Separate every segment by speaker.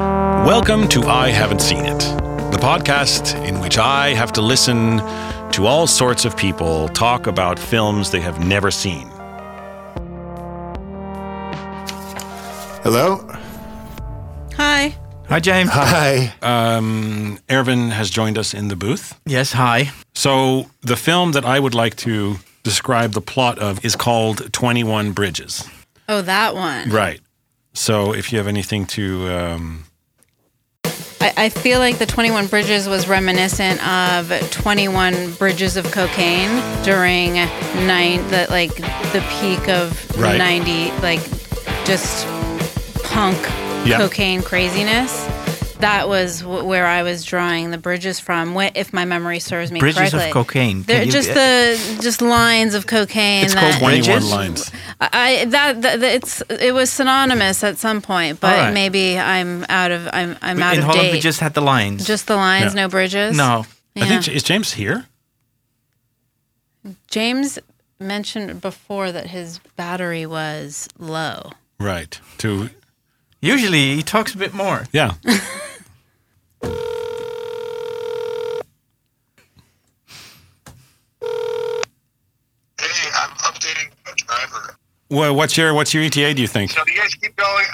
Speaker 1: Welcome to I Haven't Seen It, the podcast in which I have to listen to all sorts of people talk about films they have never seen.
Speaker 2: Hello?
Speaker 3: Hi.
Speaker 4: Hi, James.
Speaker 2: Hi.
Speaker 1: Mm, Ervin has joined us in the booth.
Speaker 4: Yes, hi.
Speaker 1: So, the film that I would like to describe the plot of is called 21 Bridges.
Speaker 3: Oh, that one.
Speaker 1: Right. So, if you have anything to. Um,
Speaker 3: I, I feel like the 21 Bridges was reminiscent of 21 Bridges of Cocaine during nine, the, like the peak of
Speaker 1: Right.
Speaker 3: 90, like just punk
Speaker 1: Yeah.
Speaker 3: cocaine craziness. That was wh- where I was drawing the bridges from, wh- if my memory serves me
Speaker 4: Bridges of
Speaker 3: correctly.
Speaker 4: cocaine.
Speaker 3: They're
Speaker 4: Can you-
Speaker 3: just the just lines of cocaine.
Speaker 4: It's called
Speaker 3: that-
Speaker 1: 21
Speaker 4: Bridges?
Speaker 1: lines.
Speaker 3: I that, that that- it's it was synonymous at some point, but
Speaker 4: All right.
Speaker 3: maybe I'm out of I'm I'm out
Speaker 4: in
Speaker 3: of
Speaker 4: Holland,
Speaker 3: date.
Speaker 4: we just had the lines.
Speaker 3: Just the lines,
Speaker 1: Yeah.
Speaker 3: no bridges.
Speaker 4: no.
Speaker 3: Yeah.
Speaker 1: I think, is James here?
Speaker 3: James mentioned before that his battery was low.
Speaker 1: Right. To.
Speaker 4: Usually he talks a bit more.
Speaker 1: Yeah.
Speaker 5: Hey, I'm updating the driver.
Speaker 1: well, what's your what's your ETA? Do you think?
Speaker 5: So you guys keep going.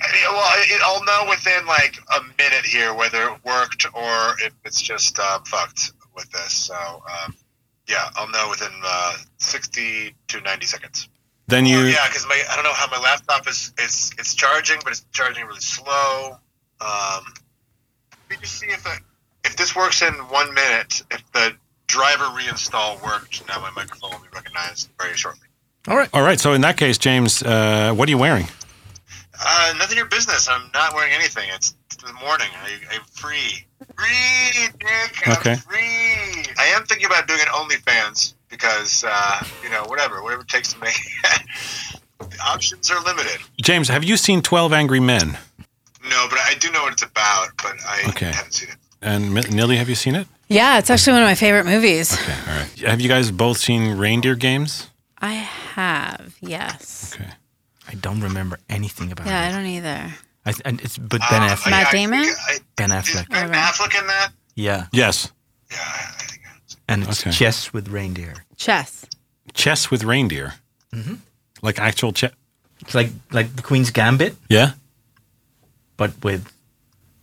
Speaker 5: Yeah, Well, I- I'll know within like a minute here whether it worked or if it's just uh, fucked with this. So um, yeah, I'll know within uh, 60 to 90 seconds.
Speaker 1: Then you.
Speaker 5: Or, yeah, because my I don't know how my laptop is it's it's charging, but it's charging really slow. Um, let me just see if I, if this works in one minute. If the driver reinstall worked, now my microphone will be recognized very shortly.
Speaker 4: All right.
Speaker 1: All right. So in that case, James, uh, what are you wearing?
Speaker 5: Uh, none of your business. I'm not wearing anything. It's the morning. I, I'm free. Free, Dick. I'm
Speaker 1: Okay.
Speaker 5: free. I am thinking about doing an OnlyFans because, uh, you know, whatever, whatever it takes to make. the options are limited.
Speaker 1: James, have you seen Twelve Angry Men?
Speaker 5: No, but I do know what it's about, but I
Speaker 1: Okay.
Speaker 5: haven't seen it.
Speaker 1: And M- Nilly, have you seen it?
Speaker 3: Yeah, it's actually one of my favorite movies.
Speaker 1: Okay. All right. Have you guys both seen Reindeer Games?
Speaker 3: I have, yes.
Speaker 1: Okay.
Speaker 4: I don't remember anything about
Speaker 3: Yeah, I
Speaker 4: it.
Speaker 3: don't either.
Speaker 4: I th- and it's but Ben
Speaker 5: Uh,
Speaker 4: Affleck.
Speaker 5: I-
Speaker 3: Matt
Speaker 5: I-
Speaker 3: Damon?
Speaker 5: I-
Speaker 4: Ben
Speaker 5: Is
Speaker 4: Affleck.
Speaker 5: Ben
Speaker 3: Alright.
Speaker 5: Affleck in that?
Speaker 4: Yeah.
Speaker 1: Yes.
Speaker 5: Yeah, I I think. I haven't seen
Speaker 4: And it's
Speaker 1: Okay.
Speaker 4: chess with reindeer.
Speaker 3: Chess.
Speaker 1: Chess with reindeer. Mm-hmm. Like actual chess.
Speaker 4: It's like like the Queen's Gambit,
Speaker 1: Yeah.
Speaker 4: but with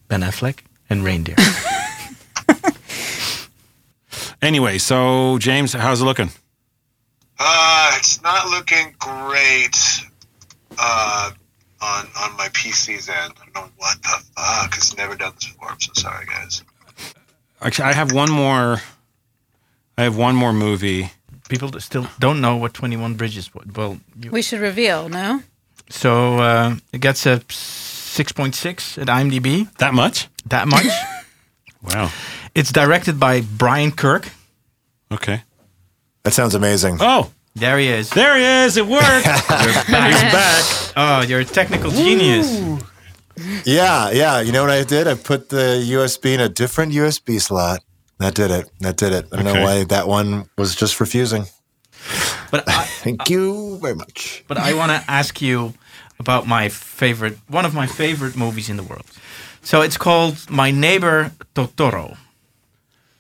Speaker 4: Ben Affleck and reindeer.
Speaker 1: Anyway, so James, how's it looking?
Speaker 5: it. Uh, it's not looking great uh, on on my PC's end. I don't know what the fuck. It's never done this before. I'm so sorry, guys.
Speaker 1: Actually, I have one more. I have one more movie.
Speaker 4: People that still don't know what Twenty One Bridges was. Well, you,
Speaker 3: We should reveal, no?
Speaker 4: so uh, it gets a six point six at IMDb.
Speaker 1: That much?
Speaker 4: That much.
Speaker 1: Wow.
Speaker 4: it's directed by Brian Kirk.
Speaker 1: Okay.
Speaker 2: That sounds amazing.
Speaker 1: Oh,
Speaker 4: There he is.
Speaker 1: there he is. It worked.
Speaker 4: You're
Speaker 1: He's
Speaker 4: back.
Speaker 1: back.
Speaker 4: Oh, you're a technical genius.
Speaker 2: Yeah, yeah. You know what I did? I put the USB in a different USB slot. That did it. That did it. I don't
Speaker 1: Okay.
Speaker 2: know why that one was just refusing.
Speaker 4: But I,
Speaker 2: Thank you very much.
Speaker 4: but I want to ask you about my favorite, one of my favorite movies in the world. So it's called My Neighbor Totoro.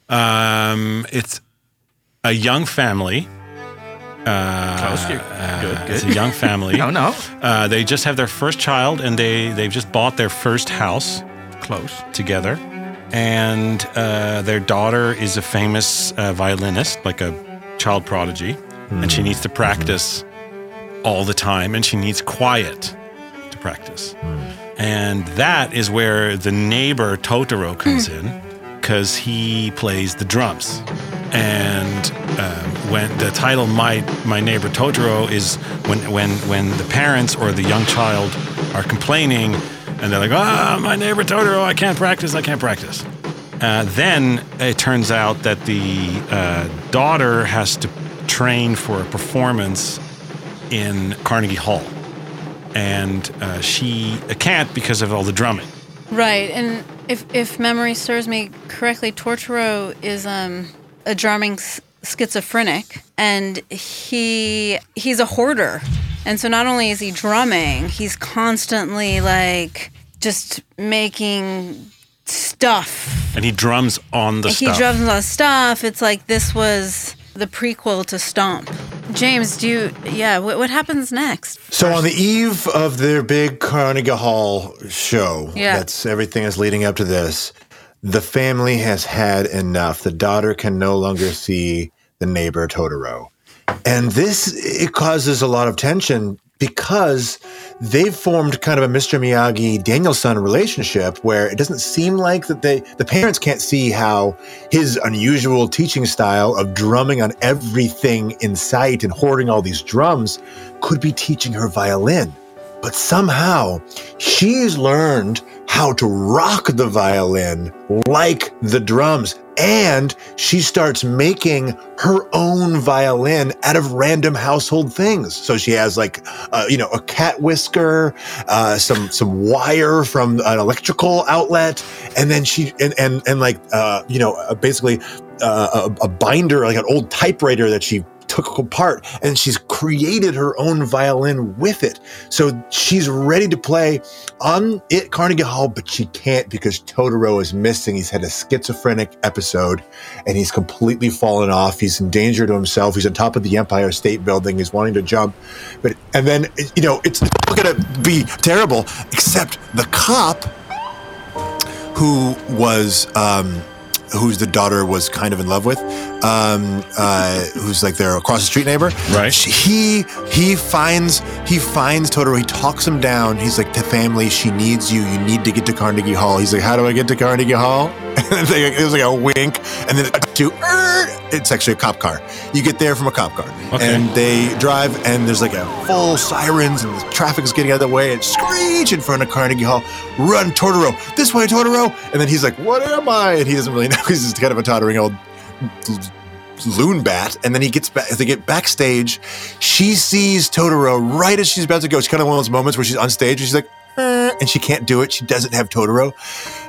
Speaker 1: Um, it's a young family.
Speaker 4: Close. you
Speaker 1: It's
Speaker 4: good,
Speaker 1: a young family.
Speaker 4: No, no,
Speaker 1: Uh, they just have their first child, and they they've just bought their first house
Speaker 4: close.
Speaker 1: together. And uh, their daughter is a famous uh, violinist, like a child prodigy, and she needs to practice all the time, and she needs quiet to practice. And that is where the neighbor Totoro comes in, because he plays the drums. And um, when the title "My My Neighbor Totoro" is when when when the parents or the young child are complaining, and they're like, "Ah, my neighbor Totoro, I can't practice, I can't practice." Uh, then it turns out that the uh, daughter has to train for a performance in Carnegie Hall, and uh, she can't because of all the drumming.
Speaker 3: Right, and if if memory serves me correctly, Tortoro is um, a drumming s- schizophrenic, and he he's a hoarder, and so not only is he drumming, he's constantly like just making stuff.
Speaker 1: And he drums on the stuff.
Speaker 3: He drums on stuff. It's like this was the prequel to Stomp. James, do you? Yeah. What, what happens next?
Speaker 2: So on the eve of their big Carnegie Hall show,
Speaker 3: Yeah.
Speaker 2: that's everything is leading up to this. The family has had enough. The daughter can no longer see the neighbor Totoro. And this it causes a lot of tension because they've formed kind of a Mr. Miyagi Danielson relationship where it doesn't seem like that they the parents can't see how his unusual teaching style of drumming on everything in sight and hoarding all these drums could be teaching her violin. But somehow she's learned how to rock the violin like the drums. And she starts making her own violin out of random household things. So she has like, uh, you know, a cat whisker, uh, some some wire from an electrical outlet, and then she and and, and like, uh, you know, uh, basically uh, a, a binder, like an old typewriter that she took apart and she's created her own violin with it. So she's ready to play on it Carnegie Hall, but she can't because Totoro is missing. He's had a schizophrenic episode and he's completely fallen off. He's in danger to himself. He's on top of the Empire State Building. He's wanting to jump. But and then you know it's gonna be terrible, except the cop who was um, whose the daughter was kind of in love with, um, uh, who's like their across the street neighbor.
Speaker 1: Right.
Speaker 2: She- he he finds he finds Totoro. He talks him down. He's like, "The family, she needs you. You need to get to Carnegie Hall." He's like, "How do I get to Carnegie Hall?" And they, it was like a wink, and then to "Er!" it's actually a cop car. You get there from a cop car,
Speaker 1: Okay.
Speaker 2: and they drive, and there's like a full sirens, and the traffic is getting out of the way, and screech in front of Carnegie Hall. Run, Totoro! This way, Totoro! And then he's like, "What am I?" And he doesn't really know. He's just kind of a tottering old loon bat and then he gets back as they get backstage she sees totoro right as she's about to go it's kind of one of those moments where she's on stage and she's like "Eh," and she can't do it she doesn't have totoro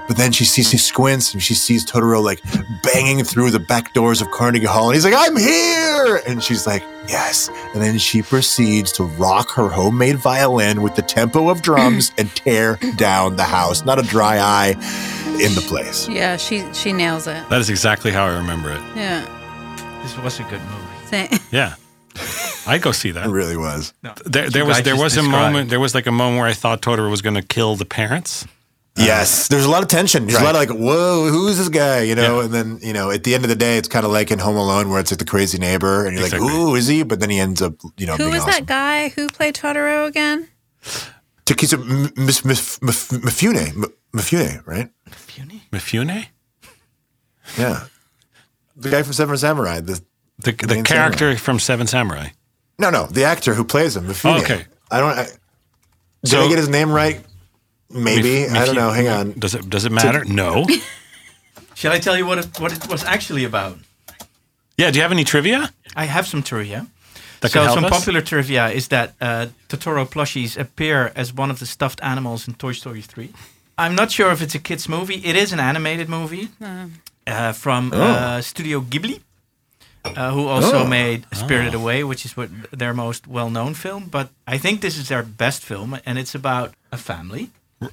Speaker 2: but then she sees she squints and she sees totoro like banging through the back doors of carnegie hall and he's like i'm here and she's like yes and then she proceeds to rock her homemade violin with the tempo of drums and tear down the house not a dry eye in the place
Speaker 3: Yeah, she she nails it.
Speaker 1: that is exactly how I remember it.
Speaker 3: Yeah.
Speaker 4: This was a good movie.
Speaker 3: Say-
Speaker 1: Yeah. I go see
Speaker 2: it
Speaker 1: that.
Speaker 2: really was
Speaker 4: No,
Speaker 1: There,
Speaker 4: what
Speaker 1: there
Speaker 4: you
Speaker 1: was
Speaker 4: guys
Speaker 1: there
Speaker 4: just
Speaker 1: was a
Speaker 4: described.
Speaker 1: moment there was like a moment where I thought Totoro was going to kill the parents. Uh-huh.
Speaker 2: Yes, there's a lot of tension. There's a lot of like, whoa, who's this guy? You know,
Speaker 1: Yeah.
Speaker 2: and then you know, at the end of the day, it's kind of like in Home Alone where it's like the crazy neighbor, and you're
Speaker 1: Exactly.
Speaker 2: like, who is he? But then he ends up, you know,
Speaker 3: Who
Speaker 2: being
Speaker 3: was
Speaker 2: awesome.
Speaker 3: that guy who played Totoro again?
Speaker 2: Takisa M- Miss- Miss- Mif- Mifune, M- Mifune, right?
Speaker 4: Puny?
Speaker 1: Mifune?
Speaker 2: Yeah, the guy from Seven Samurai. The
Speaker 1: The, the
Speaker 2: main
Speaker 1: character from Seven Samurai.
Speaker 2: no, no, the actor who plays him, Mifune.
Speaker 1: Okay.
Speaker 2: I don't. I, did
Speaker 1: So-
Speaker 2: I get his name right? Maybe
Speaker 1: Mif-
Speaker 2: I don't
Speaker 1: Mifu-
Speaker 2: know. Hang on.
Speaker 1: Does it does it matter? No.
Speaker 4: Shall I tell you what it, what it was actually about?
Speaker 1: Yeah, do you have any trivia?
Speaker 4: I have some trivia.
Speaker 1: That
Speaker 4: so
Speaker 1: can help
Speaker 4: some
Speaker 1: us?
Speaker 4: popular trivia is that uh, Totoro plushies appear as one of the stuffed animals in Toy Story 3. I'm not sure if it's a kids movie. It is an animated movie uh, from uh, Studio Ghibli, uh, who also made Spirited Away, which is what their most well-known film. But I think this is their best film, and it's about a family,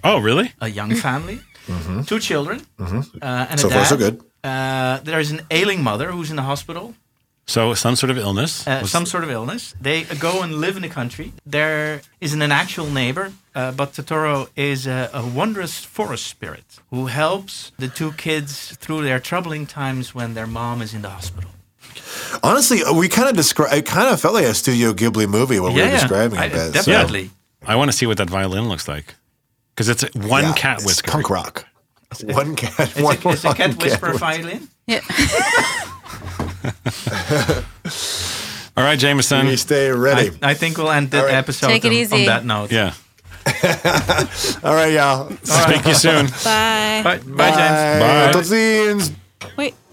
Speaker 1: Oh, really?
Speaker 4: a young family, two children, uh, and
Speaker 2: So
Speaker 4: a dad.
Speaker 2: far, so good.
Speaker 4: Uh, there is an ailing mother who's in the hospital
Speaker 1: So some sort of illness.
Speaker 4: uh,
Speaker 1: was-
Speaker 4: some sort of illness. They go and live in the country. There isn't an actual neighbor, uh, but Totoro is a, a wondrous forest spirit who helps the two kids through their troubling times when their mom is in the hospital.
Speaker 2: Honestly, we kind of describe. It kind of felt like a Studio Ghibli movie when we were describing
Speaker 4: I-
Speaker 2: it. a bit, so-
Speaker 4: definitely.
Speaker 1: I want to see what that violin looks like. Cuz it's one
Speaker 2: Yeah,
Speaker 1: cat
Speaker 2: it's
Speaker 1: whisker.
Speaker 2: Punk rock. One cat. one
Speaker 4: It's a, it's a
Speaker 2: rock
Speaker 4: cat whisperer
Speaker 2: whis-
Speaker 4: violin.
Speaker 3: Yeah.
Speaker 1: All right, Jameson.
Speaker 2: We stay
Speaker 4: I,
Speaker 2: ready.
Speaker 4: I think we'll end the
Speaker 2: right.
Speaker 4: episode
Speaker 3: Take it
Speaker 4: on, on
Speaker 3: easy.
Speaker 4: that note.
Speaker 1: Yeah.
Speaker 2: All right, y'all.
Speaker 1: Speak to you soon.
Speaker 3: Bye.
Speaker 4: Bye, Bye, James.
Speaker 1: Bye.
Speaker 2: Tot ziens.
Speaker 3: Wait.